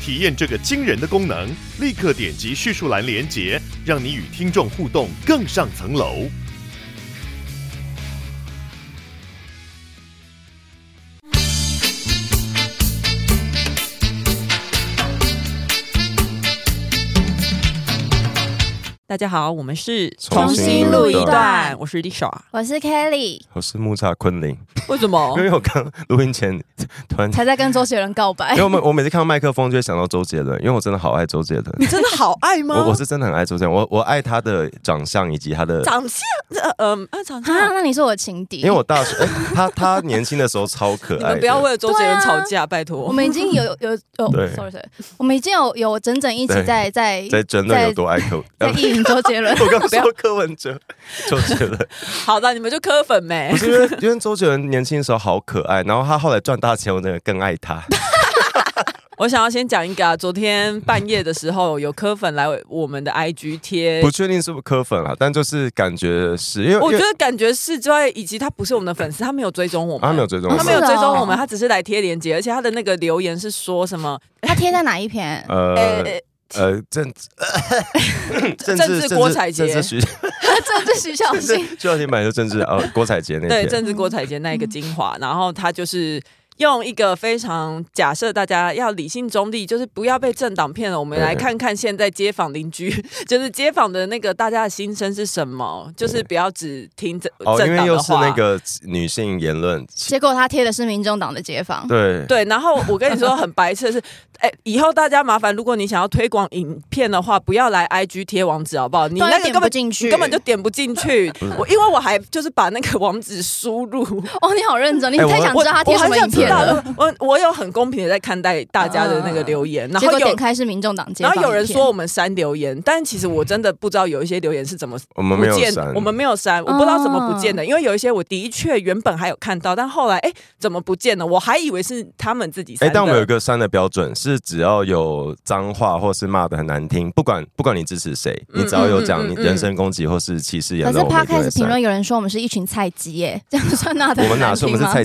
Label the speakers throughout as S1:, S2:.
S1: 体验这个惊人的功能，立刻点击叙述栏连接，让你与听众互动更上层楼。
S2: 大家好，我们是
S3: 重新录一
S4: 段
S2: 我是 Lisa。
S4: 我是 Kelly，
S3: 我是木栅昆凌，
S2: 为什么
S3: 因？为我刚录音前突然，
S4: 才在跟周杰伦告白
S3: 因为。我每我每次看到麦克风就会想到周杰伦，因为我真的好爱周杰伦，
S2: 你真的好爱吗？
S3: 我我是真的很爱周杰伦，我我爱他的长相以及他的，
S2: 长相，呃嗯、呃，长
S4: 啊，
S2: 相。
S4: 那你是我情敌，
S3: 因为我大学、哎他他年轻的时候超可
S2: 你
S3: 爱
S2: 们
S3: 的，
S2: 不要为了周杰伦吵
S3: 哎
S2: 架，拜托。
S4: 我们已经有有有
S3: 对
S4: ，sorry sorry，我们已经有有整整一集
S3: 对
S4: 在在
S3: 在争论有多爱柯，
S4: 在
S3: 呃
S4: 意淫周杰伦
S3: ，我刚说柯文哲，周杰伦，
S2: 好的，你们就磕粉没
S3: 不？是因为因为周杰伦年轻的时候好可爱，然后他后来赚大钱，我真的更爱他。
S2: 我想要先讲一个啊，昨天半夜的时候有磕粉来我们的 IG 贴
S3: 不，确定是不是柯粉啦，但就是感觉是因为
S2: 我
S3: 因
S2: 觉
S3: 为
S2: 得感觉是之外，以及他不是我们的粉丝，他没有追踪我
S3: 啊他没有
S2: 们。
S3: 追踪
S4: 啊
S3: 我
S2: 他没有
S4: 是哦
S2: 追踪我们，他只是来贴链接，而且他的那个留言是说什么？
S4: 他贴在哪一篇？
S3: 呃
S2: 呃，
S3: 呃，政 政
S2: 政治郭采洁哦
S3: 政治徐
S4: 这这 徐小新，
S3: 就要你买的政治哦，郭采洁那
S2: 对，
S3: 天，嗯
S2: 政治郭采洁那一个精华，然后他就是用一个非常假设大家要理性中立，就是不要被政党骗了。我们
S3: 对
S2: 来看看现在街坊邻居， 就是街坊的那个大家的心声是什么，就是不要只听政
S3: 哦，因
S2: 政
S3: 为
S2: 党
S3: 又
S2: 的
S3: 是
S2: 话。
S3: 那个女性言论，
S4: 结果他贴的是民众党的街坊，
S3: 对
S2: 对，然后我跟你说很白痴 的是，哎、以后大家麻烦，如果你想要推广影片的话，不要来 IG 贴网址好不好？你
S4: 不然
S2: 那个
S4: 点
S2: 根本
S4: 不进去
S2: 你根本就点不进去。
S3: 嗯
S2: 我因为我还就是把那个网址输入，
S4: 哦，你好认真，你
S3: 哎我
S4: 太想知道他贴
S2: 我
S4: 什
S2: 很
S4: 么
S2: 想
S4: 影
S2: 知
S4: 片
S2: 道
S4: 了。，
S2: 我我有很公平的在看待大家的那个留言，然
S4: 结
S2: 后
S4: 果
S2: 有
S4: 点。开是民众党街
S2: 然
S4: 坊，
S2: 后有人说我，们删留言，但其实我真的不知道有一些留言是怎么
S3: 我们
S2: 不
S3: 没有
S2: 见
S4: 嗯
S3: 删，
S2: 我们没有
S4: 哦
S2: 删，我不知道怎么不见的，因为有一些我的确原本还有看到，但后来哎怎么不见了？我还以为是他们自己
S3: 哎、
S2: 删的。
S3: 但我们有一个删的标准是，只要有脏话或是骂的很难听，不管不管你支持谁，
S2: 嗯
S3: 你只要有讲
S2: 嗯嗯
S3: 你
S2: 嗯
S3: 人身攻击或是歧视言
S4: 可是
S3: 论，我
S4: 他
S3: 们
S4: 开
S3: 就
S4: 始
S3: 会
S4: 评
S3: 删。
S4: 论有人说我们是一群菜鸡 耶，这样算那的
S3: 我们哪是我们是菜，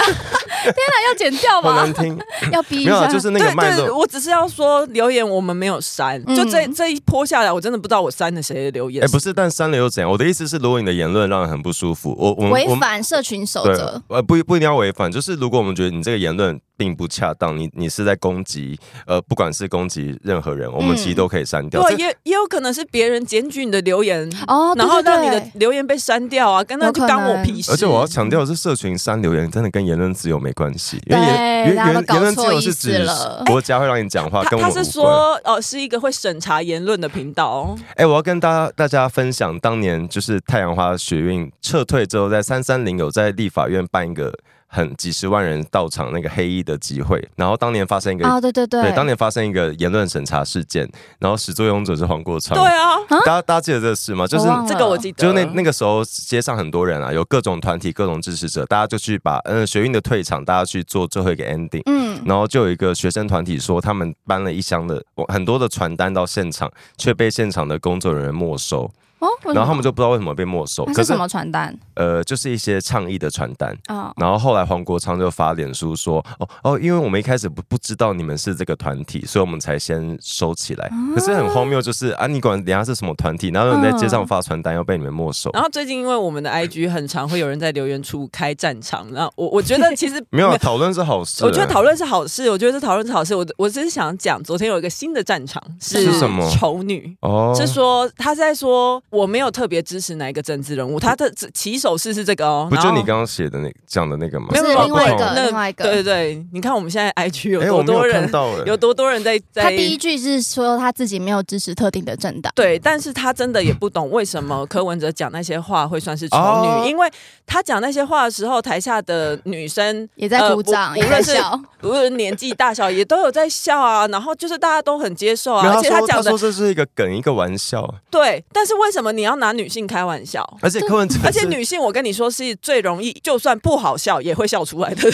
S4: 要剪掉
S3: 好
S4: 吧
S3: 难？听，
S4: 要逼
S3: 没
S4: 一
S3: 有啊，
S4: 下，
S3: 就是那
S2: 对
S3: 个脉
S2: 对，
S3: 络。
S2: 我只是要说留言我们没有删，
S4: 嗯
S2: 就这这一波下来，我真的不知道我删了谁的留言。
S3: 哎、不是，但删了又怎样？我的意思是，如果你的言论让人很不舒服，我我们
S4: 违
S3: 我们
S4: 反社群守
S3: 对
S4: 则。，
S3: 呃，不不一定要违反，就是如果我们觉得你这个言论并不恰当，你你是在攻击，呃，不管是攻击任何人，我们
S4: 嗯
S3: 其实都可以删掉。
S2: 对，
S3: 这
S2: 也也有可能是别人检举你的留言，
S4: 哦，对
S2: 然后
S4: 对
S2: 让你
S4: 对
S2: 的留言被删掉啊，跟那
S4: 有
S2: 就
S4: 可
S2: 干我
S4: 能
S2: 屁事。
S3: 而且我要强调的是，社群删留言真的跟言论自由没关系，因为
S4: 对
S3: 言言
S4: 大家都
S3: 言
S4: 搞
S3: 言论自
S4: 错
S3: 由
S4: 意
S3: 是
S4: 思
S3: 指
S4: 了
S3: 国家会让你讲话，
S2: 他
S3: 跟我
S2: 他
S3: 们
S2: 是
S3: 无关。
S2: 说，呃，是一个会审查言论的频道哦。
S3: 哎、我要跟大家大家分享，当年就是太阳花学运撤退之后，在三三零有在立法院办一个很几十万人到场那个黑衣的集会，然后当年发生一个。
S4: 啊，对对对，
S3: 哦对，当年发生一个言论审查事件，然后始作俑者是黄国昌。
S2: 对啊，
S3: 大家大家记得这个事吗？就是
S4: 我忘了
S2: 这个我记得。
S3: 就是那那个时候，街上很多人啊，有各种团体、各种支持者，大家就去把嗯学运的退场，大家去做最后一个 ending。
S4: 嗯，
S3: 然后就有一个学生团体说，他们搬了一箱的很多的传单到现场，却被现场的工作人员没收。
S4: 哦，为什么
S3: 然后他们就不知道为什么被没收，
S4: 那
S3: 可
S4: 是
S3: 是
S4: 什么传单
S3: 呃，就是一些倡议的传单。
S4: 啊？
S3: 然后后来黄国昌就发脸书说：“哦哦，因为我们一开始不不知道你们是这个团体，所以我们才先收起来。可是很荒谬，就是啊，你管人家是什么团体，然后你在街上发传单要被你们没收。
S2: 然后最近因为我们的 IG 很常会有人在留言处开战场，那我我觉得 其实
S3: 没有啊讨论是好事、
S2: 我觉得讨论是好事，我觉得这讨论是好事。我我只是想讲，昨天有一个新的战场
S3: 是什么
S2: 丑女。
S3: 哦
S2: 是说他在说，我没有特别支持哪一个政治人物，他的这起手式是这个哦，
S3: 不就
S2: 然后
S3: 你刚刚写的那讲的那个吗？
S2: 没有
S4: 是
S2: 没有
S4: 另外
S3: 啊
S4: 一
S3: 不同
S4: 个，
S2: 那
S4: 另外一个。
S2: 对对对，你看我们现在 IG 有
S3: 哎，
S2: 多
S3: 我没有
S2: 多人
S3: 看，到哎，
S2: 有多多人在在
S4: 他第一句是说他自己没有支持特定的政党，
S2: 对，但是他真的也不懂为什么
S4: 嗯
S2: 柯文哲讲那些话会算是丑女，
S3: 哦
S2: 因为他讲那些话的时候，台下的女生
S4: 也在鼓掌，
S2: 呃、无
S4: 也
S2: 无
S4: 在
S2: 论是
S4: 笑。
S2: 无论年纪大小，也都有在笑啊。然后就是大家都很接受
S3: 没
S2: 啊，
S3: 有
S2: 而且
S3: 他说
S2: 讲的
S3: 说这是一个梗，一个玩笑，
S2: 对，但是为什么你要拿女性开玩笑？
S3: 而且柯文哲
S2: 而且
S3: 是
S2: 女性，我跟你说是最容易，就算不好笑也会笑出来的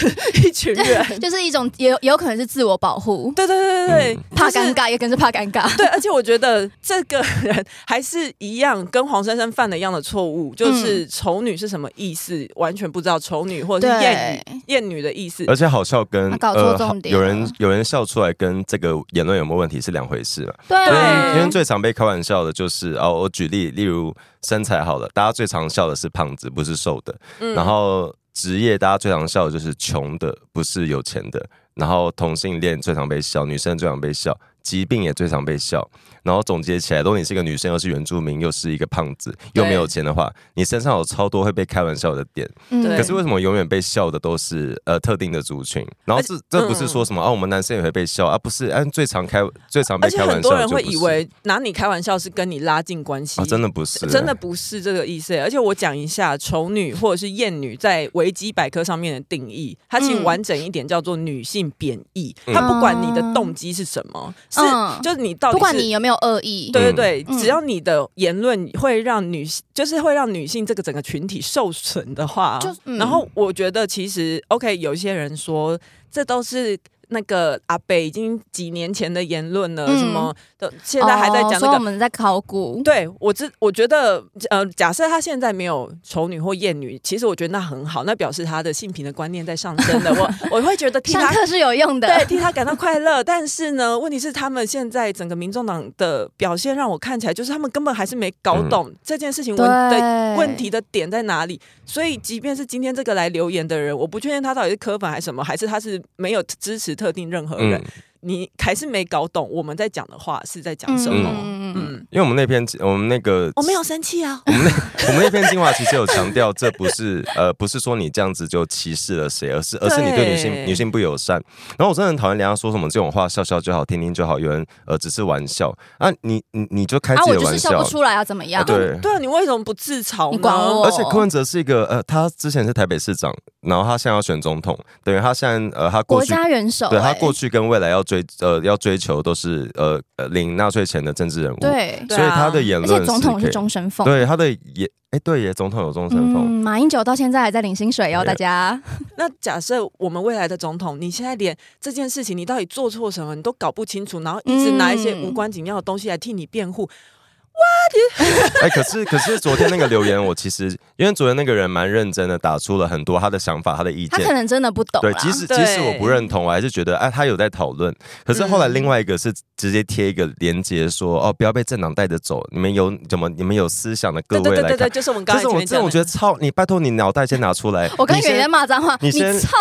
S2: 一群人。
S4: 就是一种也有也有可能是自我保护，
S2: 对对对对对，
S4: 怕
S2: 就是
S4: 尴尬，也可能是怕尴尬。
S2: 对，而且我觉得这个人 还是一样，跟黄珊珊犯了一样的错误，
S4: 嗯
S2: 就是丑女是什么意思，完全不知道丑女或者是艳
S4: 对
S2: 女艳女的意思。
S3: 而且好笑跟
S4: 他搞错
S3: 呃
S4: 重
S3: 好
S4: 点
S3: 有
S4: 了
S3: 人有人笑出来跟这个言论有没有问题是两回事了。
S4: 对
S3: 因为
S4: 啊，
S3: 因为最常被开玩笑的就是哦，我举例，例如身材好了，大家最常笑的是胖子，不是瘦的。然后职业大家最常笑的就是穷的，不是有钱的。然后同性恋最常被笑，女生最常被笑，疾病也最常被笑。然后总结起来，如果你是一个女生，又是原住民，又是一个胖子，又没有钱的话，你身上有超多会被开玩笑的点。
S4: 嗯
S2: 对
S3: 可是为什么永远被笑的都是呃特定的族群？然后这这
S2: 嗯
S3: 不是说什么啊，我们男生也会被笑啊，不是？按最常开最常被
S2: 而且
S3: 开玩
S2: 很
S3: 笑
S2: 多
S3: 的
S2: 人
S3: 就
S2: 会
S3: 不
S2: 以
S3: 是
S2: 为拿你开玩笑是跟你拉近关系、呃
S3: 啊，真的不是，
S2: 真的不是这个意思欸。而且我讲一下丑女或者是艳女在维基百科上面的定义，它其实
S4: 嗯
S2: 完整一点叫做女性贬义，
S3: 嗯
S2: 它不管你的动机是什么，是
S4: 哦嗯
S2: 就是你到底
S4: 不管
S2: 是
S4: 你有没有恶意，
S2: 对对对，
S4: 嗯
S2: 只要你的言论会让女，性，就是会让女性这个整个群体受损的话，
S4: 就嗯
S2: 然后我觉得其实 OK，有一些人说这都是。那个阿北已经几年前的言论了，
S4: 嗯
S2: 什么的，现在还在讲
S4: 哦
S2: 那
S4: 说
S2: 个。
S4: 我们在考古，
S2: 对我知，我觉得呃，假设他现在没有丑女或艳女，其实我觉得那很好，那表示他的性平的观念在上升的。我我 会觉得替
S4: 上
S2: 他
S4: 课是有用的。
S2: 对，替他感到快乐。但是呢，问题是他们现在整个民众党的表现让我看起来，就是他们根本还是没搞懂这件事情问的
S4: 对
S2: 问题的点在哪里。所以，即便是今天这个来留言的人，我不确定他到底是科粉还是什么，还是他是没有支持特定任何人，
S3: 嗯
S2: 你还是没搞懂我们在讲的话是在讲什么。嗯
S4: 嗯嗯嗯
S3: 因为我们那篇我们那个
S2: 我没有生气啊，
S3: 我们那我们那篇精华其实有强调， 这不是呃不是说你这样子就歧视了谁，而是而是你对女性
S2: 对
S3: 女性不友善。然后我真的很讨厌人家说什么这种话，笑笑就好，听听就好，有人呃只是玩笑啊，你你你就开
S4: 啊，
S3: 自己
S4: 我
S3: 的
S4: 就是
S3: 玩
S4: 笑
S3: 笑，
S4: 不出来啊，怎么样？
S3: 啊对。
S2: 对啊，你为什么不自嘲呢？
S4: 你管我
S3: 而且柯文哲是一个呃，他之前是台北市长，然后他现在要选总统，等于他现在呃，他过
S4: 国
S3: 去
S4: 家元首、
S3: 对他
S4: 哎
S3: 过去跟未来要追呃要追求都是呃呃领纳税钱的政治人物，
S4: 对，
S2: 对
S3: 所以
S2: 啊
S3: 他的言
S4: 而
S3: 论
S4: 且总统
S3: 可
S4: 是
S3: 以
S4: 终身俸，
S3: 对他的也哎、对耶，总统有终身俸。
S4: 嗯，马英九到现在还在领薪水哦，
S3: 对
S4: 大家。
S2: 那假设我们未来的总统，你现在连这件事情你到底做错什么，你都搞不清楚，然后一直拿一些
S4: 嗯
S2: 无关紧要的东西来替你辩护，
S3: 哎、可是可是昨天那个留言，我其实因为昨天那个人蛮认真的打出了很多他的想法、他的意
S4: 他可
S3: 见。
S4: 能真的不懂啦。
S3: 对，即使
S2: 对
S3: 即使我不认同，我还是觉得哎、他有在讨论。可是后来
S2: 嗯
S3: 另外一个是直接贴一个连接说，哦，不要被政党带着走，你们有怎么你们有思想的各
S2: 对对
S3: 位
S2: 对
S3: 来
S2: 对
S3: 看
S2: 对，。就是我们刚才
S3: 这
S2: 前
S3: 种
S2: 面
S3: 这
S2: 讲
S3: 种，我觉
S2: 的。
S3: 得超，你拜托你脑袋先拿出 来。
S4: 我刚
S3: 你
S4: 以为
S3: 先
S4: 你在骂脏话，
S3: 你
S4: 你
S3: 先
S4: 操！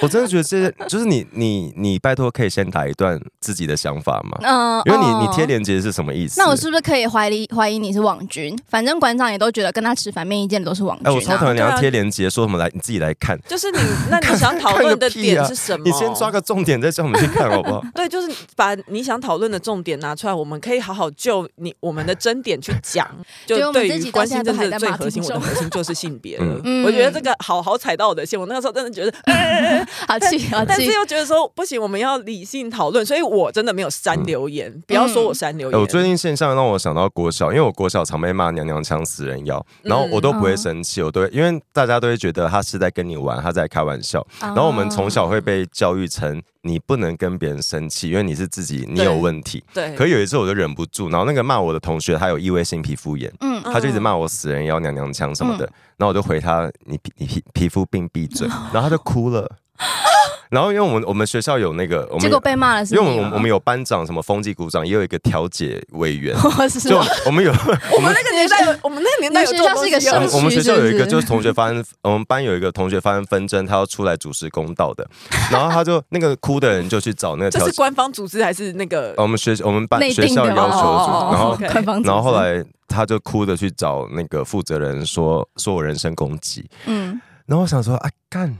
S3: 我真的觉得这些就是你你你拜托可以先打一段自己的想法嘛，
S2: 哦
S3: 因
S4: 嗯，
S3: 为你你贴
S4: 嗯。
S3: 连接是什么意思？
S4: 那我是不是可以怀疑怀疑你是网军？反正馆长也都觉得跟他持反面意见的都是网军、
S3: 哎、
S4: 啊。
S3: 我超讨厌你
S2: 对啊
S3: 要贴连接，说什么来你自己来看，
S2: 就是你，那你想讨论的点是什么？
S3: 你先抓个重点再叫我们去看好不好？
S2: 对，就是把你想讨论的重点拿出来，我们可以好好就你我们的争点去讲。
S4: 觉得
S2: 就
S4: 我们
S2: 对
S4: 自己
S2: 于
S4: 到
S2: 关
S4: 现
S2: 心
S4: 在
S2: 政
S4: 都
S2: 治
S4: 还
S2: 的
S4: 在
S2: 最
S4: 骂
S2: 核心，我
S4: 听
S2: 的
S4: 众
S2: 核心就是性别了。
S4: 嗯
S2: 我觉得这个好好踩到我的线，我那个时候真的觉得，哎
S4: 好气，好
S2: 但是
S4: 气！
S2: 又觉得说不行，我们要理性讨论，所以我真的没有删留言，不要说我删留
S4: 哦
S3: 哎
S2: 言。
S3: 我最近现象让我想到国小，因为我国小常被骂娘娘腔、死人妖，然后我都不
S4: 嗯
S3: 会生气，我都会因为大家都会觉得他是在跟你玩，他在开玩
S4: 哦
S3: 笑。然后我们从小会被教育成你不能跟别人生气，因为你是自己，你有问题。
S2: 对，
S3: 可有一次我就忍不住，然后那个骂我的同学他有异位性皮肤炎，
S4: 嗯，
S3: 他就一直骂我死人妖、娘娘 腔什么的，然后我就回他你皮你皮皮肤病闭嘴，然后他就哭了。 然后因为我们我们学校有那个，我们
S4: 结果被骂了是
S3: 因为
S4: 你吗，，
S3: 我们我们有班长什么风纪股长，也有一个调解委员
S4: 我 是
S3: 就我们 有
S2: 我们那个年代有，我们那个年代有
S4: 嗯你
S2: 这
S4: 们
S2: 种东
S4: 学校是
S2: 西
S4: 一个
S2: 啊
S3: 我
S4: 社
S3: 们
S4: 区
S3: 我们学校有一
S4: 是
S3: 个
S4: 不是
S3: 就是同学发生，我们班有一个同学发生纷争，他要出来主持公道的，然后他就那个哭的人就去找那个
S2: 这
S3: 调
S2: 是
S3: 解，
S2: 官方组织还是那个
S3: 我们学我们班
S4: 内
S3: 学
S4: 定
S3: 校
S4: 的
S3: 要
S4: 嘛，
S3: 求
S2: 哦哦哦
S3: 主，然后
S2: ，OK
S4: 官方组织
S3: 然后后，来他就哭的去找那个负责人说说我人身攻击，
S4: 嗯，
S3: 然后我想说啊干。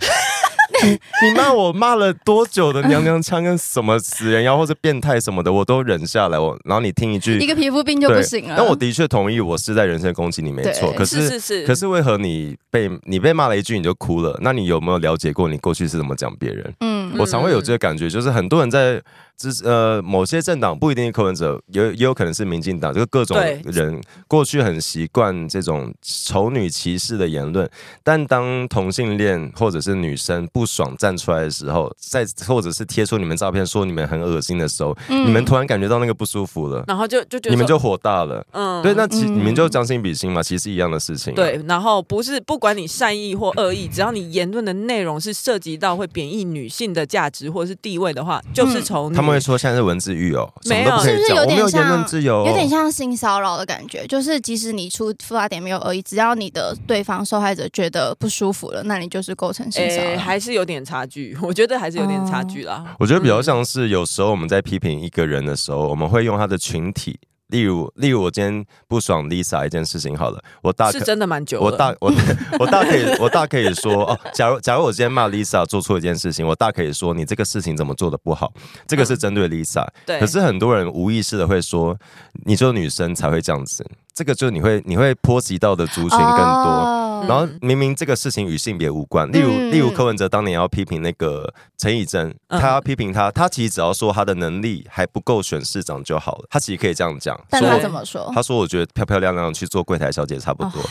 S3: 你你骂我骂了多久的娘娘腔跟什么死人妖或者变态什么的，我都忍下来。我然后你听一句
S4: 一个皮肤病就
S3: 对，
S4: 不行了。
S3: 但我的确同意，我是在人身攻击你没错，
S4: 对
S3: 可
S2: 是
S3: 是
S2: 是是，
S3: 可是为何你被你被骂了一句你就哭了？那你有没有了解过你过去是怎么讲别人？
S4: 嗯，
S3: 我常会有这个感觉，就是很多人在支持呃某些政党不一定是柯文哲，也也有可能是民进党，就各种
S2: 对
S3: 人过去很习惯这种丑女歧视的言论，但当同性恋或者是女生不爽站出来的时候，在或者是贴出你们照片说你们很恶心的时候，
S4: 嗯
S3: 你们突然感觉到那个不舒服了，
S2: 然后就就觉得
S3: 你们
S2: 说
S3: 就火大了。
S2: 嗯
S3: 对，那其、
S4: 嗯
S3: 你们就将心比心嘛，其实一样的事情、，啊
S2: 对，然后不是不管你善意或恶意，只要你言论的内容是涉及到会贬义女性的价值或者是地位的话，就是丑女。
S3: 他们会说现在是文字狱哦，什
S2: 没有
S3: 么都不可以
S4: 是不是
S3: 讲，
S4: 嗯有
S3: 我
S4: 点
S3: 们有言论
S4: 像
S3: 自由、哦，
S4: 有点像性骚扰的感觉，就是即使你出出发点没有恶意，只要你的对方受害者觉得不舒服了，那你就是构成性骚
S2: 诶、
S4: 扰。
S2: 还是有点差距，我觉得还是有
S4: 哦
S2: 点差距啦。
S3: 我觉得比较
S4: 嗯
S3: 像是有时候我们在批评一个人的时候，我们会用他的群体，例如，例如我今天不爽 Lisa 一件事情好了，我大
S2: 是
S3: 可
S2: 真的蛮久了。
S3: 我大我我大可以我大可以说哦，假如假如我今天骂 Lisa 做错一件事情，我大可以说你这个事情怎么做的不好，这
S4: 嗯
S3: 个是针对 Lisa，、
S2: 对，
S3: 可是很多人无意识的会说，你只有女生才会这样子，这个就你会你会波及到的族群更多。
S4: 哦
S3: 然后明明这个事情与性别无关，例如、
S4: 嗯
S3: 例如柯文哲当年要批评那个陈以真，
S2: 嗯
S3: 他要批评他，他其实只要说他的能力还不够选市长就好了，他其实可以这样讲。
S4: 但
S3: 说
S4: 他
S2: 所以
S4: 怎么说？
S3: 他说我觉得漂漂亮亮去做柜台小姐差不多。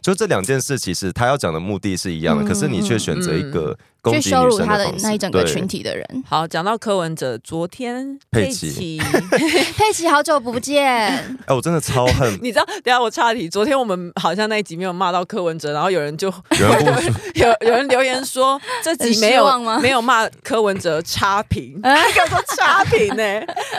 S3: 就这两件事，其实他要讲的目的是一样的，
S4: 哦嗯
S3: 可是你却选择一个攻
S4: 去
S3: 击女
S4: 羞
S3: 生
S4: 辱他
S3: 的
S4: 的
S3: 方式，
S4: 那一整个
S3: 对
S4: 群体的人。
S2: 好，讲到柯文哲，昨天
S3: 佩
S2: 奇
S3: 奇，
S4: 佩奇，好久 不见，
S3: 哎，我真的超恨
S2: 你知道？等一下我岔题，昨天我们好像那一集没有骂到柯文哲，然后有人就
S3: 有人 不
S2: 有有人留言说这集没
S4: 很失望吗啊
S2: 有没有骂柯文哲差 评，那个说差评呢、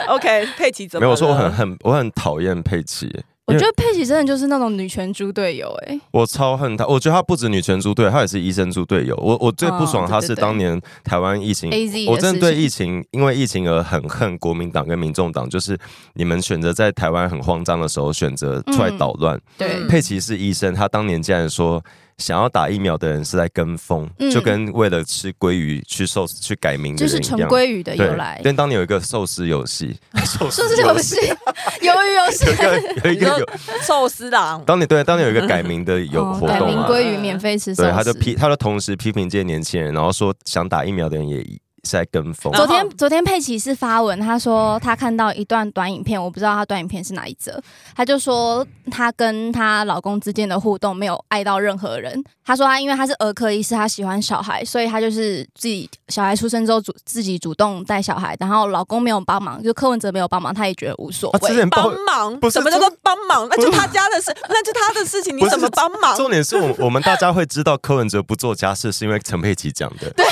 S2: OK，佩奇怎么了？
S3: 没有我说我很很我很讨厌佩奇，
S4: 我
S3: 因为
S4: 觉得佩奇真的就是那种女权猪队友哎、
S3: 我超恨他，我觉得他不止女权猪队友，他也是医生猪队友。我我最不爽
S4: 哦
S3: 他
S4: 对
S3: 是
S4: 对对
S3: 当年台湾疫情
S4: AZ 的事情
S3: 我真的对疫情，因为疫情而很恨国民党跟民众党，就是你们选择在台湾很慌张的时候选择出
S4: 嗯
S3: 来捣乱。
S4: 对，
S3: 佩奇是医生，他当年竟然说想要打疫苗的人是在跟风，
S4: 嗯
S3: 就跟为了吃鲑鱼去寿司去改名的
S4: 就
S3: 人
S4: 是
S3: 一
S4: 陈
S3: 样。
S4: 鲑鱼的由
S3: 对
S4: 来，，
S3: 但当年有一个寿司游 戏，寿
S4: 说是游 戏，鱿鱼游戏，
S3: 有一
S2: 你
S3: 个 有
S2: 说寿司郎，
S3: 当年对当年有一个改名的有活
S4: 哦改
S3: 动
S4: 名
S3: 啊，
S4: 鲑鱼免费吃寿司，
S3: 对，他就批，他就同时批评这些年轻人，然后说想打疫苗的人也是在跟风。
S4: 昨
S2: 然
S4: 天
S2: 后
S4: 昨天佩奇是发文，他说他看到一段短影片，我不知道他短影片是哪一则，他就说他跟她老公之间的互动没有爱到任何人。他说他啊因为他是儿科医师，他喜欢小孩，所以他就是自己小孩出生之后主自己主动带小孩，然后老公没有帮忙，就柯文哲没有帮忙，他也觉得无所
S3: 啊，之
S4: 谓。
S3: 前报
S2: 帮忙
S3: 不，是
S2: 什么叫做帮忙？那
S3: 不是
S2: 就他家的事，那就他的事情，你
S3: 不是
S2: 怎么帮忙？
S3: 重点是我我们大家会知道柯文哲不做家事，是因为陈佩琪讲的。对，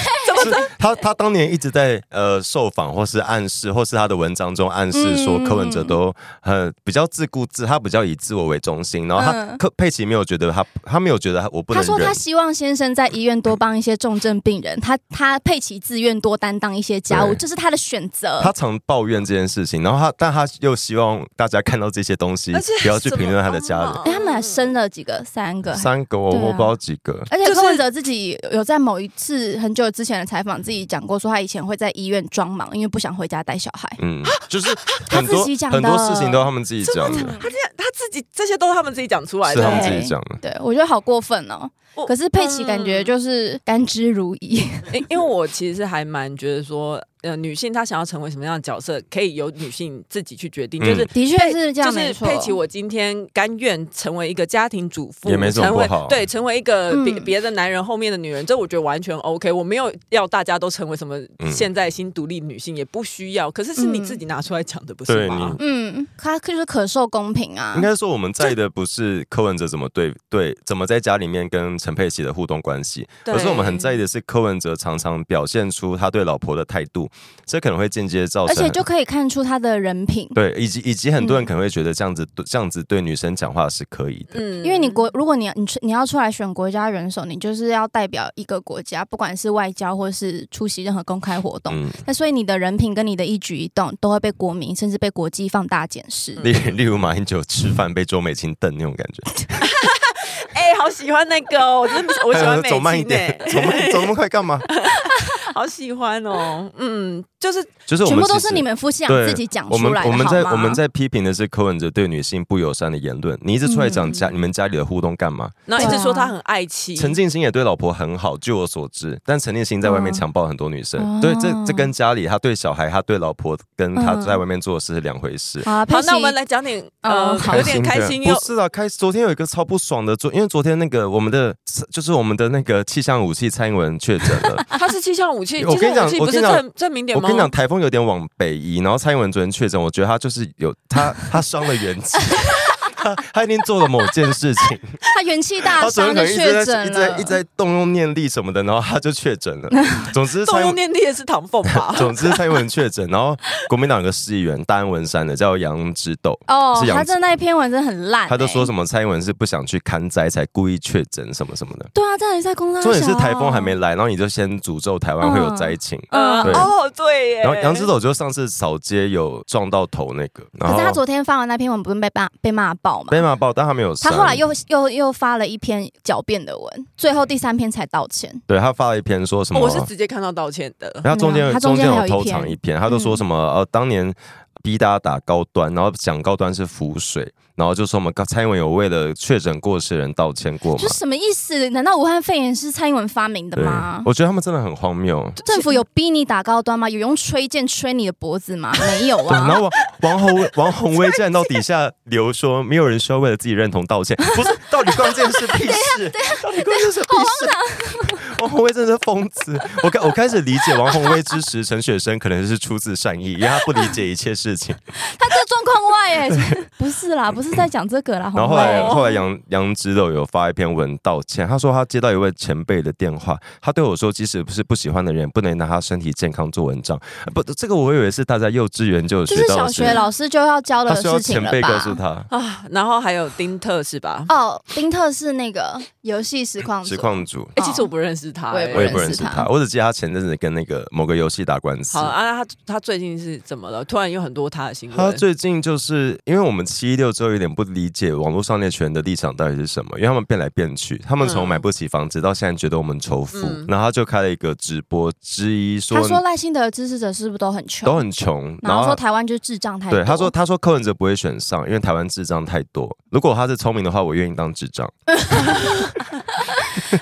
S3: 是他他当年一直在呃受访，或是暗示，或是他的文章中暗示说
S4: 嗯
S3: 柯文哲都呃比较自顾自，他比较以自我为中心。然后他
S4: 嗯
S3: 柯佩琪没有觉得他他没有觉得我不
S4: 他
S3: 能
S4: 说
S3: 忍
S4: 他，希望先生在医院多帮一些重症病人，他他佩奇自愿多担当一些家务，
S3: 对
S4: 这是他的选择。
S3: 他常抱怨这件事情。然后他但他又希望大家看到这些东西
S2: 而且，
S3: 不要去评论他的家人。
S2: 怎么帮忙哦
S4: 哎他们还生了几个？三个还是
S3: 三个我
S4: 对啊
S3: 我不知道几个。
S4: 而且
S2: 就是
S4: 柯文哲自己有在某一次很久之前的采访，自己讲过说他以前会在医院装忙，因为不想回家带小孩。
S3: 嗯，就是
S2: 啊
S4: 他
S3: 很多
S4: 自己讲的
S3: 很多事情都是他们自己讲的，
S2: 他这样他自己这些都是他们自己讲出来
S3: 是
S2: 的
S3: 他
S4: 啊
S3: 们
S2: 欸。
S3: 自己讲的。
S4: 对，我觉得好过分哦。
S2: 我
S4: 可是佩奇感觉
S2: 嗯
S4: 就是甘之如饴。
S2: 因因为我其实还蛮觉得说，呃女性她想要成为什么样的角色，可以由女性自己去决定，就是
S3: 嗯。
S4: 的确
S2: 佩
S4: 是这
S2: 就
S4: 样，
S2: 是
S4: 没错。
S2: 佩奇，我今天甘愿成为一个家庭主妇，
S3: 也没什么
S2: 成为
S3: 不好
S2: 对，成为一个别
S4: 嗯
S2: 别的男人后面的女人，这我觉得完全 OK。我没有要大家都成为什么
S3: 嗯
S2: 现在新独立女性，也不需要。可是是你
S4: 嗯
S2: 自己拿出来讲的，不
S3: 对
S2: 是
S3: 你
S2: 吗？
S4: 嗯，它就是可受公平啊。
S3: 应该说，我们在意的不是柯文哲怎么对对，怎么在家里面跟陈佩琪的互动关系，
S2: 对
S3: 而是我们很在意的是柯文哲常常表现出他对老婆的态度，这可能会间接造
S4: 而
S3: 成很，
S4: 且就可以看出他的人品，
S3: 对，以及以及很多人可能会觉得这样子、这样子对女生讲话是可以的，
S2: 嗯
S4: 因为你国，如果你你出你要出来选国家元首，你就是要代表一个国家，不管是外交或是出席任何公开活动。
S3: 嗯，
S4: 那所以你的人品跟你的一举一动都会被国民甚至被国际放大检视。
S3: 例例如马英九吃饭被周美青瞪那种感 觉，
S2: 哎、好喜欢那个哦，我真 的我喜欢美
S3: 走慢一
S2: 琴哎、
S3: 点，
S4: 欸
S3: 走慢走那么快干 嘛？
S2: 好喜欢哦，嗯，就是
S3: 就是我
S4: 全
S3: 们
S4: 部都
S3: 其
S4: 是
S3: 实
S4: 你们夫妻俩
S3: 对
S4: 自己讲
S3: 我
S4: 出
S3: 们
S4: 来的，
S3: 我们在
S4: 好吗
S3: 我们在批评的是柯文哲对女性不友善的言论，你一直出来讲
S4: 嗯
S3: 家、你们家里的互动干嘛？
S2: 然后一直说
S4: 对啊
S2: 他很爱妻，
S3: 陈静心也对老婆很好，据我所知，但陈静心在外面
S4: 嗯
S3: 强暴很多女生，
S4: 哦
S3: 对这这跟家里他对小孩他对老婆跟他
S4: 嗯
S3: 在外面做的事是两回事。
S4: 啊，
S2: 好
S4: 佩，奇
S2: 那我们来讲点呃
S4: 嗯，好
S2: 有点开心又。
S3: 不是啊，开昨天有一个超不爽的，昨因为昨天那个我们的就是我们的那个气象武器蔡英文确诊了
S2: 它是气象武器，
S3: 我
S2: 气
S3: 跟你
S2: 象
S3: 讲
S2: 武器
S3: 我
S2: 不
S3: 跟你
S2: 是
S3: 讲
S2: 证证明点
S3: 我
S2: 吗？
S3: 跟你讲，台风有点往北移，然后蔡英文昨天确诊，我觉得他就是有他他伤了元 气，他他一定做了某件事情，
S4: 他元气
S3: 他
S4: 大
S3: 昨
S4: 伤
S3: 天
S4: 就
S3: 可能一直
S4: 确
S3: 在一
S4: 诊
S3: 直在
S4: 了，
S3: 一直在动用念力什么的，然后他就确诊 了。总之，
S2: 动
S3: 蔡英
S2: 用
S3: 文。
S2: 念力的是唐凤吧？
S3: 总之，蔡英文确诊，然后国民党有个市议员，大安文山的叫杨之斗，
S4: 哦
S3: 是，杨
S4: 他真的那一篇文真的很烂欸，
S3: 他就说什么蔡英文是不想去看灾，才故意确诊什么什么的。
S4: 对啊，这里在公拉，
S3: 重点是台风还没，来，然后你就先诅咒台湾会
S4: 嗯
S3: 有灾情，
S2: 呃，
S3: 对
S2: 哦，对耶。
S3: 然后杨之斗就上次扫街有撞到头那个，然
S4: 可
S3: 后
S4: 是他昨天发完那篇文不是被骂被骂爆吗
S3: 被？骂爆，但他没有删。
S4: 他后来又又又发了一篇狡辩的文，最后第三篇才道歉。
S3: 对他发了一篇说什么，啊
S4: 哦
S2: 我是直接看到道歉的，
S3: 然后中
S4: 没
S3: 间
S4: 嗯有他
S3: 中
S4: 中
S3: 间
S4: 间还
S3: 有
S4: 有一
S3: 偷
S4: 篇嗯
S3: 藏一篇，他就说什么呃，当年逼大家打高端，然后讲高端是浮水，然后就说我们蔡英文有为了确诊过世的人道歉过吗
S4: 就？什么意思？难道武汉肺炎是蔡英文发明的
S3: 对
S4: 吗，？
S3: 我觉得他们真的很荒谬。
S4: 政府有逼你打高端吗？有用吹剑吹你的脖 子吗？没有
S3: 对，然
S4: 啊。
S3: 后王王宏王宏 威站到底下留说，没有人需要为了自己认同道歉，不是？到底关键是屁 事？
S4: 啊
S3: 到底关键是屁事？ 王宏威真的是疯子！我开我开始理解王宏威支持陈雪生可能是出自善意，因为他不理解一切事 情。
S4: 他这状况外 哎、不 是啦，不是在讲这个啦。
S3: 然后
S4: 红
S3: 后
S4: 卫
S3: 来
S2: 哦
S3: 后来杨杨之斗有发一篇文道歉，他说他接到一位前辈的电话，他对我说，即使不是不喜欢的人，不能拿他身体健康做文章。呃不，这个我以为是大家幼稚园就有
S4: 就
S3: 学
S4: 是
S3: 到
S4: 小
S3: 的事
S4: 学老师就要教
S3: 他
S4: 的
S3: 需要
S4: 事情
S3: 前
S4: 了
S3: 辈告
S4: 吧？
S3: 诉他。
S2: 啊，然后还有丁特是吧？
S4: 哦，丁特是那个游戏实况组
S3: 实况主，
S2: 哎，其实我不认识他，
S4: 我也
S2: 哎
S3: 我也不认
S4: 认
S3: 识
S4: 识
S3: 他，
S4: 他
S3: 我只记得他前阵子跟那个某个游戏打官司
S2: 好。啊，他他最近是怎么了？突然有很多他的新
S3: 他
S2: 闻，
S3: 最近就是因为我们七一六之后有点不理解网络上那群人的立场到底是什么，因为他们变来变去，他们从
S2: 嗯
S3: 买不起房子到现在觉得我们仇富，
S2: 嗯
S3: 然后他就开了一个直播，之一说
S4: 他说赖幸德的支持者是不是都很穷？
S3: 都很穷，
S4: 然后
S3: 他
S4: 说台湾就是智障太多。
S3: 对他说他说柯文哲不会选上，因为台湾智障太多。如果他是聪明的话，我愿意当智障。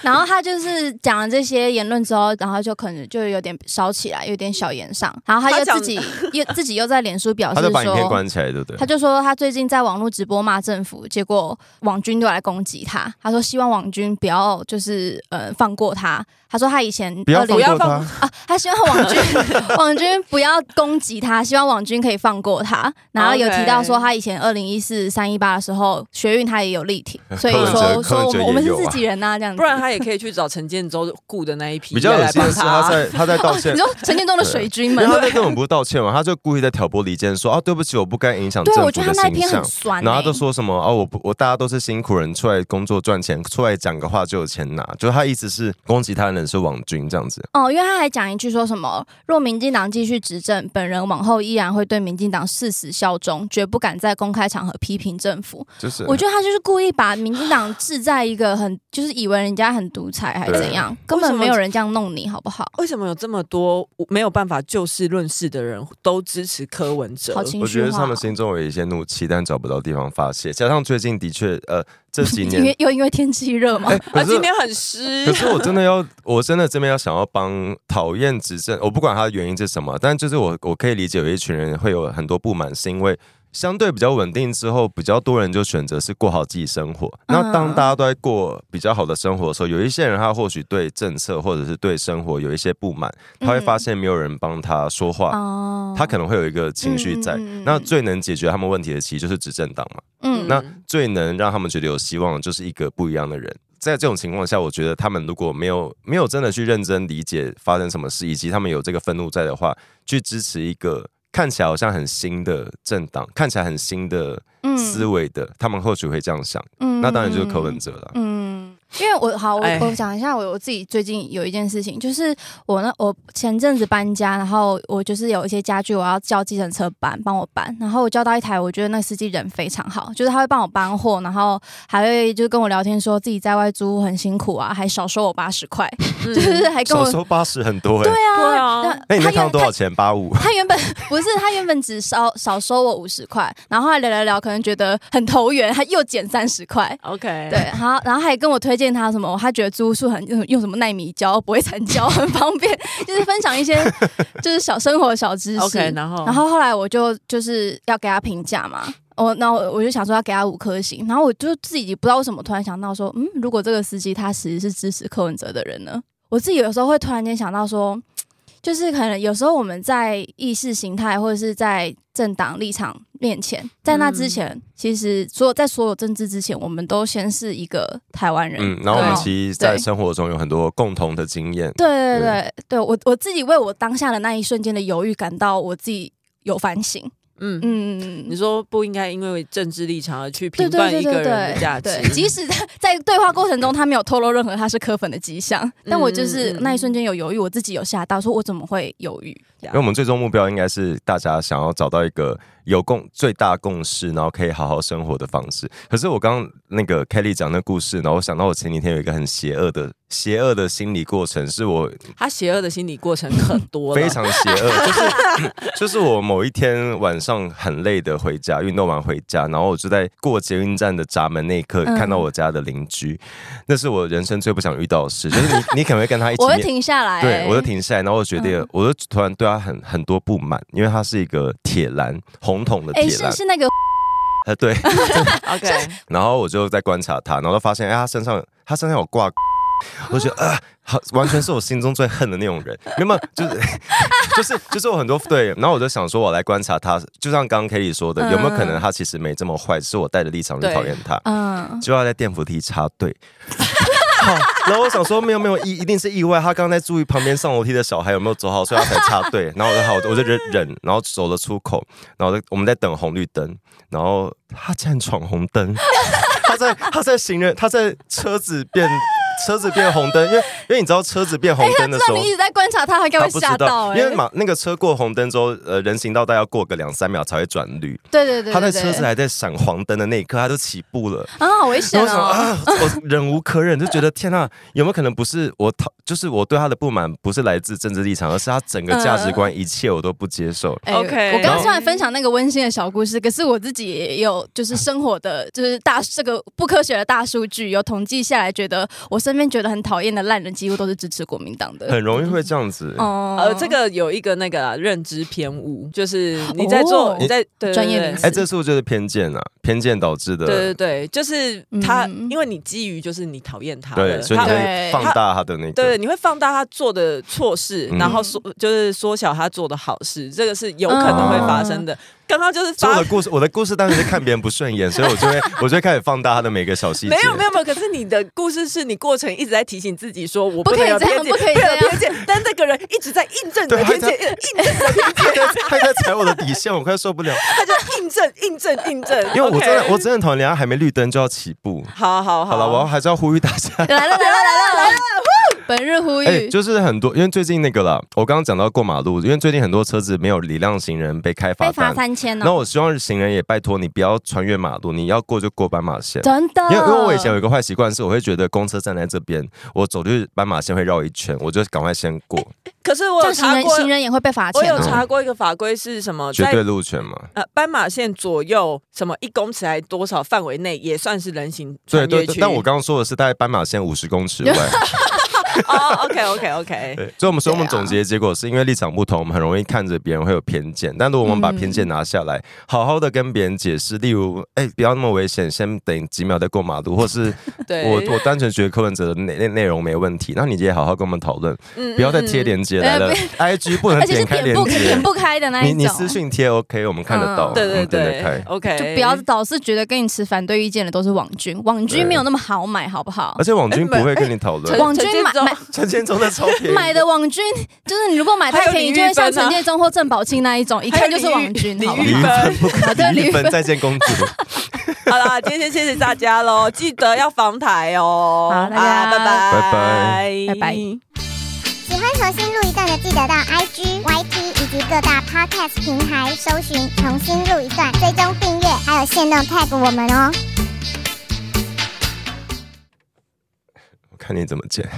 S4: 然后他就是讲了这些言论之后，然后就可能就有点烧起来，有点小炎上。然后他
S2: 他
S4: 又
S2: 讲
S4: 自己又自己又在脸书表
S3: 他
S4: 示
S3: 就把影片
S4: 说。
S3: 关起来，对不对
S4: 他？就说他最近在网络直播骂政府，结果网军就来攻击他。他说希望网军不要就是呃放过他。他说他以前
S3: 不要
S4: 20
S3: 放
S2: 不要
S3: 过
S2: 放
S3: 他。
S4: 啊，他希望网军 网军不要攻击他，希望网军可以放过他。然后有提到说
S2: OK
S4: 他以前二零一四三一八的时候，学运他也有力挺， 所以
S3: 柯文哲
S4: 说说
S3: 柯文
S4: 我
S3: 哲也
S4: 们我们是
S3: 有啊
S4: 自己人呐、这样子。
S2: 不然他也可以去找陈建州雇的那一批
S3: 比较恶
S2: 来
S3: 心
S2: 帮
S3: 的是，他
S2: 他。
S3: 在他在道歉
S4: 哦你，说陈建东的水军
S3: 因为
S4: 们，
S3: 他那根本不是道歉嘛，他就故意在挑拨离间，说啊对不起，我不该影响政
S4: 对，
S3: 府
S4: 我觉得
S3: 的
S4: 他那一
S3: 形
S4: 篇
S3: 象
S4: 很。酸、欸，
S3: 然后他就说什么哦，我不，我大家都是辛苦人，出来工作赚钱，出来讲个话就有钱拿，就是他意思是攻击他的人是网军这样子。
S4: 哦，因为他还讲一句说什么，若民进党继续执政，本人往后依然会对民进党誓死效忠，绝不敢在公开场合批评政府。
S3: 就是
S4: 我觉得他就是故意把民进党置在一个很就是以为人人家很独裁还是
S3: 对
S4: 怎样，根本没有人这样弄你，好不好？
S2: 为什么有这么多没有办法就事论事的人都支持柯文哲？
S4: 好情
S3: 我觉
S4: 绪
S3: 得
S4: 化
S3: 他们。心中有一些怒气，但找不到地方发泄。加上最近的确，呃，这几
S4: 因为
S3: 年，
S4: 又因为天气热嘛
S3: 哎、，
S2: 啊，
S3: 可是
S2: 今天很湿
S3: 可，是我真的要， 我真的这边要想要帮讨厌执政，我不管他的原因是什么，但就是我我可以理解有一群人会有很多不满，是因为相对比较稳定之后，比较多人就选择是过好自己生活。
S4: 嗯
S3: 那当大家都在过比较好的生活的时候，有一些人他或许对政策或者是对生活有一些不满，他会发现没有人帮他说话。
S4: 嗯哦
S3: 他可能会有一个情绪在，
S4: 嗯嗯嗯嗯
S3: 那最能解决他们问题的其实就是执政党嘛。
S4: 嗯
S3: 那最能让他们觉得有希望的就是一个不一样的人。在这种情况下，我觉得他们如果没有没有真的去认真理解发生什么事，以及他们有这个愤怒在的话，去支持一个看起来好像很新的政党，看起来很新的
S4: 嗯
S3: 思维的，他们或许会这样想。
S4: 嗯
S3: 那当然就是柯文哲了。
S4: 嗯，因为我好，我
S2: 哎
S4: 我讲一下我我自己最近有一件事情，就是我呢，我前阵子搬家，然后我就是有一些家具，我要叫计程车搬帮我搬，然后我叫到一台，我觉得那司机人非常好，就是他会帮我搬货，然后还会就跟我聊天，说自己在外租屋很辛苦啊，还少收我八十块，
S2: 嗯
S4: 就是还跟
S3: 少
S4: 我
S3: 收八十很多哎、欸，
S2: 对
S4: 啊
S2: 啊，
S3: 那你那
S4: 他啊
S3: 看到
S4: 用
S3: 多少钱？八五。
S4: 他原本不是，他原本只少少收我五十块，然后后来聊聊聊，可能觉得很投缘，他又减三十块。
S2: OK，
S4: 对，，然后然后还跟我推荐他什么，他觉得租宿很用用什么耐米胶，不会残胶，很方便， 就是分享一些就是小生活小知识。
S2: OK，然后
S4: 然后后来我就就是要给他评价嘛，我那我我就想说要给他五颗星，然后我就自己不知道为什么突然想到说，嗯，如果这个司机他其实是支持柯文哲的人呢，我自己有时候会突然间想到说，就是可能有时候我们在意识形态或者是在政党立场面前，在那之前，其实所有在所有政治之前，我们都先是一个台湾人，
S3: 嗯，然后我们
S4: 对啊
S3: 其实，在
S4: 对
S3: 生活中有很多共同的经验。
S4: 对对对
S3: 对
S4: 对对，我我自己为我当下的那一瞬间的犹豫感到我自己有反省，
S2: 嗯。
S4: 嗯
S2: 你说不应该因为政治立场而去评断一个人的价值，
S4: 对即使他在对话过程中他没有透露任何他是柯粉的迹象，但我就是
S2: 嗯嗯嗯
S4: 那一瞬间有犹豫，我自己有吓到，说我怎么会犹豫？这
S3: 因为
S4: 样
S3: 我们最终目标应该是大家想要找到一个有共最大共识，然后可以好好生活的方式。可是我刚刚那个 Kelly 讲那故事，然后我想到我前几天有一个很邪恶的邪恶的心理过程，是 我
S2: 他邪恶的心理过程可多了，
S3: 非常邪恶，就是就是我某一天晚上很累的回家，运动完回家，然后我就在过捷运站的闸门那一刻
S4: 嗯
S3: 看到我家的邻居，那是我人生最不想遇到的事，就是你你可能会跟他一起
S4: 我会
S3: 面
S4: 停下来、欸
S3: 对，我就停下来，然后我觉得，
S4: 嗯
S3: 我就突然对他很很多不满，因为他是一个铁栏红桶的
S4: 哎、
S3: 铁
S4: 是
S3: 栏，
S4: 是那个
S3: 呃， 对，
S2: OK，
S3: 然后我就在观察他，然后就发现，哎，他身上他身上有挂，我就觉得啊，好，完全是我心中最恨的那种人，没有没有，就是就是就是我很多对，然后我就想说，我来观察他，就像刚刚 Kelly 说的，有没有可能他其实没这么坏，只是我带着立场去
S2: 对
S3: 讨厌他，
S4: 嗯，
S3: 就要在电扶梯插队。好然后我想说，没有没有意，一定是意外。他刚才注意旁边上楼梯的小孩有没有走好，所以他才插 队。然后我就好，我就忍忍，然后走了出口，然后我就我们在等红绿灯，然后他竟然闯红灯，他在他在行人，他在车子变车子变红灯，因为因为你知道车子变红灯的时
S4: 那
S3: 候，
S4: 你一直在观察他，他应该
S3: 他
S4: 会
S3: 不
S4: 吓
S3: 知
S4: 到
S3: 道，
S4: 哎、
S3: 因为马那个车过红灯之后，呃，人行道大概要过个两三秒才会转绿。
S4: 对对对对对
S3: 他在车子还在闪黄灯的那一刻，他就起步了。
S4: 啊，好危险
S3: 然后我想
S4: 哦。
S3: 啊，我忍无可忍，就觉得天呐，有没有可能不是我讨，就是我对他的不满不是来自政治立场，而是他整个价
S2: 呃
S3: 值观，一切我都不接受。
S4: 哎
S2: OK
S4: 我
S3: 然
S4: 刚刚
S3: 后
S4: 虽然分享那个温馨的小故事，可是我自己也有就是生活的，就是大这个不科学的大数据，有统计下来，觉得我身边觉得很讨厌的烂人，几乎都是支持国民党的。
S3: 很容易会这样子。
S4: 哦
S2: 呃，这个有一个那个啦认知偏误，就是你在做、
S4: 哦
S2: 你在对对
S4: 专业
S2: 对
S4: 名词
S3: 哎，这是不是就是偏见啊？偏见导致的。
S2: 对对对，就是他，
S4: 嗯
S2: 因为你基于就是你讨厌他
S3: 对
S2: 了，
S3: 所以你
S2: 他
S3: 会放大他的那
S2: 对，
S3: 个。
S2: 你会放大他做的错事，
S3: 嗯
S2: 然后缩就是缩小他做的好事，这个是有可能会发生
S4: 啊
S2: 的。刚刚就是
S3: 所以
S2: 发
S3: 我的故事，我的故事当时是看别人不顺眼，所以我就会， 我就会开始放大他的每个小细节。
S2: 没有没有没有，可是你的故事是你过程一直在提醒自己说，我
S4: 不可
S2: 能
S4: 以
S2: 有
S4: 这样
S2: 偏见，
S4: 不可以
S2: 不
S4: 这
S2: 能
S4: 样
S2: 有偏见，但这个人一直在印证你的
S3: 对他
S2: 偏见，印证
S3: 他在 他在踩我的底线，我快受不了。
S2: 他就印证 印证印证，
S3: 因为我真的
S2: OK
S3: 我真的很讨厌人家还没绿灯就要起步。
S2: 好好
S3: 好了，我要还是要呼吁大家，
S4: 来了来了来了来了，本日呼
S3: 哎、
S4: 吁，
S3: 就是很多，因为最近那个啦，我刚刚讲到过马路，因为最近很多车子没有礼让行人被开罚
S4: 被罚
S3: 单。
S4: 三千
S3: 那
S4: 哦，
S3: 我希望行人也拜托你不要穿越马路，你要过就过斑马线。
S4: 真的。
S3: 因为因为我以前有一个坏习惯，是我会觉得公车站在这边，我走去斑马线会绕一圈，我就赶快先
S4: 哎
S3: 过，
S2: 可是我
S4: 这
S2: 有
S4: 样行
S2: 查
S4: 人
S2: 过，
S4: 行人也会被罚
S2: 我
S4: 钱
S2: 有
S4: 哦。
S2: 查过一个法规是什么，
S3: 绝
S2: 在
S3: 对路权嘛。
S2: 呃斑马线左右什么一公尺还多少范围内也算是人行
S3: 对
S2: 穿
S3: 对
S2: 越
S3: 对
S2: 区。，
S3: 但我刚刚说的是大概斑马线五十公尺外。
S2: 哦，OK OK OK，
S3: 对，所以我们说我们总结结果是因为立场不同，我们很容易看着别人会有偏见。但如果我们把偏见拿下来，好好的跟别人解释，例如，哎、不要那么危险，先等几秒再过马路，或是
S2: 对，
S3: 我我单纯觉得柯文哲的内内内容没问题，那你也好好跟我们讨论，
S2: 嗯
S3: 不要再贴。
S2: 嗯嗯
S3: 链接来了、i g 不能
S4: 而且是
S3: 点开
S4: 点
S3: 链
S4: 不点
S3: 接，
S4: 不开的那一
S3: 你
S4: 种，
S3: 你私讯贴 OK，我们看得到，
S4: 嗯
S2: 对对
S3: 我们点得
S2: 对
S3: 开。
S2: ，OK，
S4: 就不要老是觉得跟你持反对意见的都是网军，网
S3: 对
S4: 军没有那么好买，好不好
S3: 而？且网军不会跟你讨论
S2: 陈，
S4: 网军
S2: 陈建
S4: 买
S2: 州
S4: 买
S3: 陈建中的超便宜，
S4: 哎买的网军就是你如果买
S2: 还
S4: 太
S2: 有
S4: 便宜，
S2: 李
S4: 就会
S2: 玉芬
S4: 像
S2: 啊
S4: 陈建忠或郑宝清那一种，一
S2: 还有
S4: 看就是
S2: 李玉
S4: 网军，
S2: 李
S4: 好不好
S2: 玉
S3: 李玉芬不可李
S4: 对李
S3: 玉
S4: 玉
S3: 芬
S4: 芬
S3: 再见公主。
S2: 好啦，今天谢谢大家喽，记得要防台哦。
S4: 好大家
S2: 拜拜，
S3: 拜拜
S4: 拜拜
S5: 喜欢重新录一段的，记得到 IG、YT 以及各大 Podcast 平台搜寻“重新录一段”，追踪订阅，还有限定 tag 我们哦。
S3: 我看你怎么剪。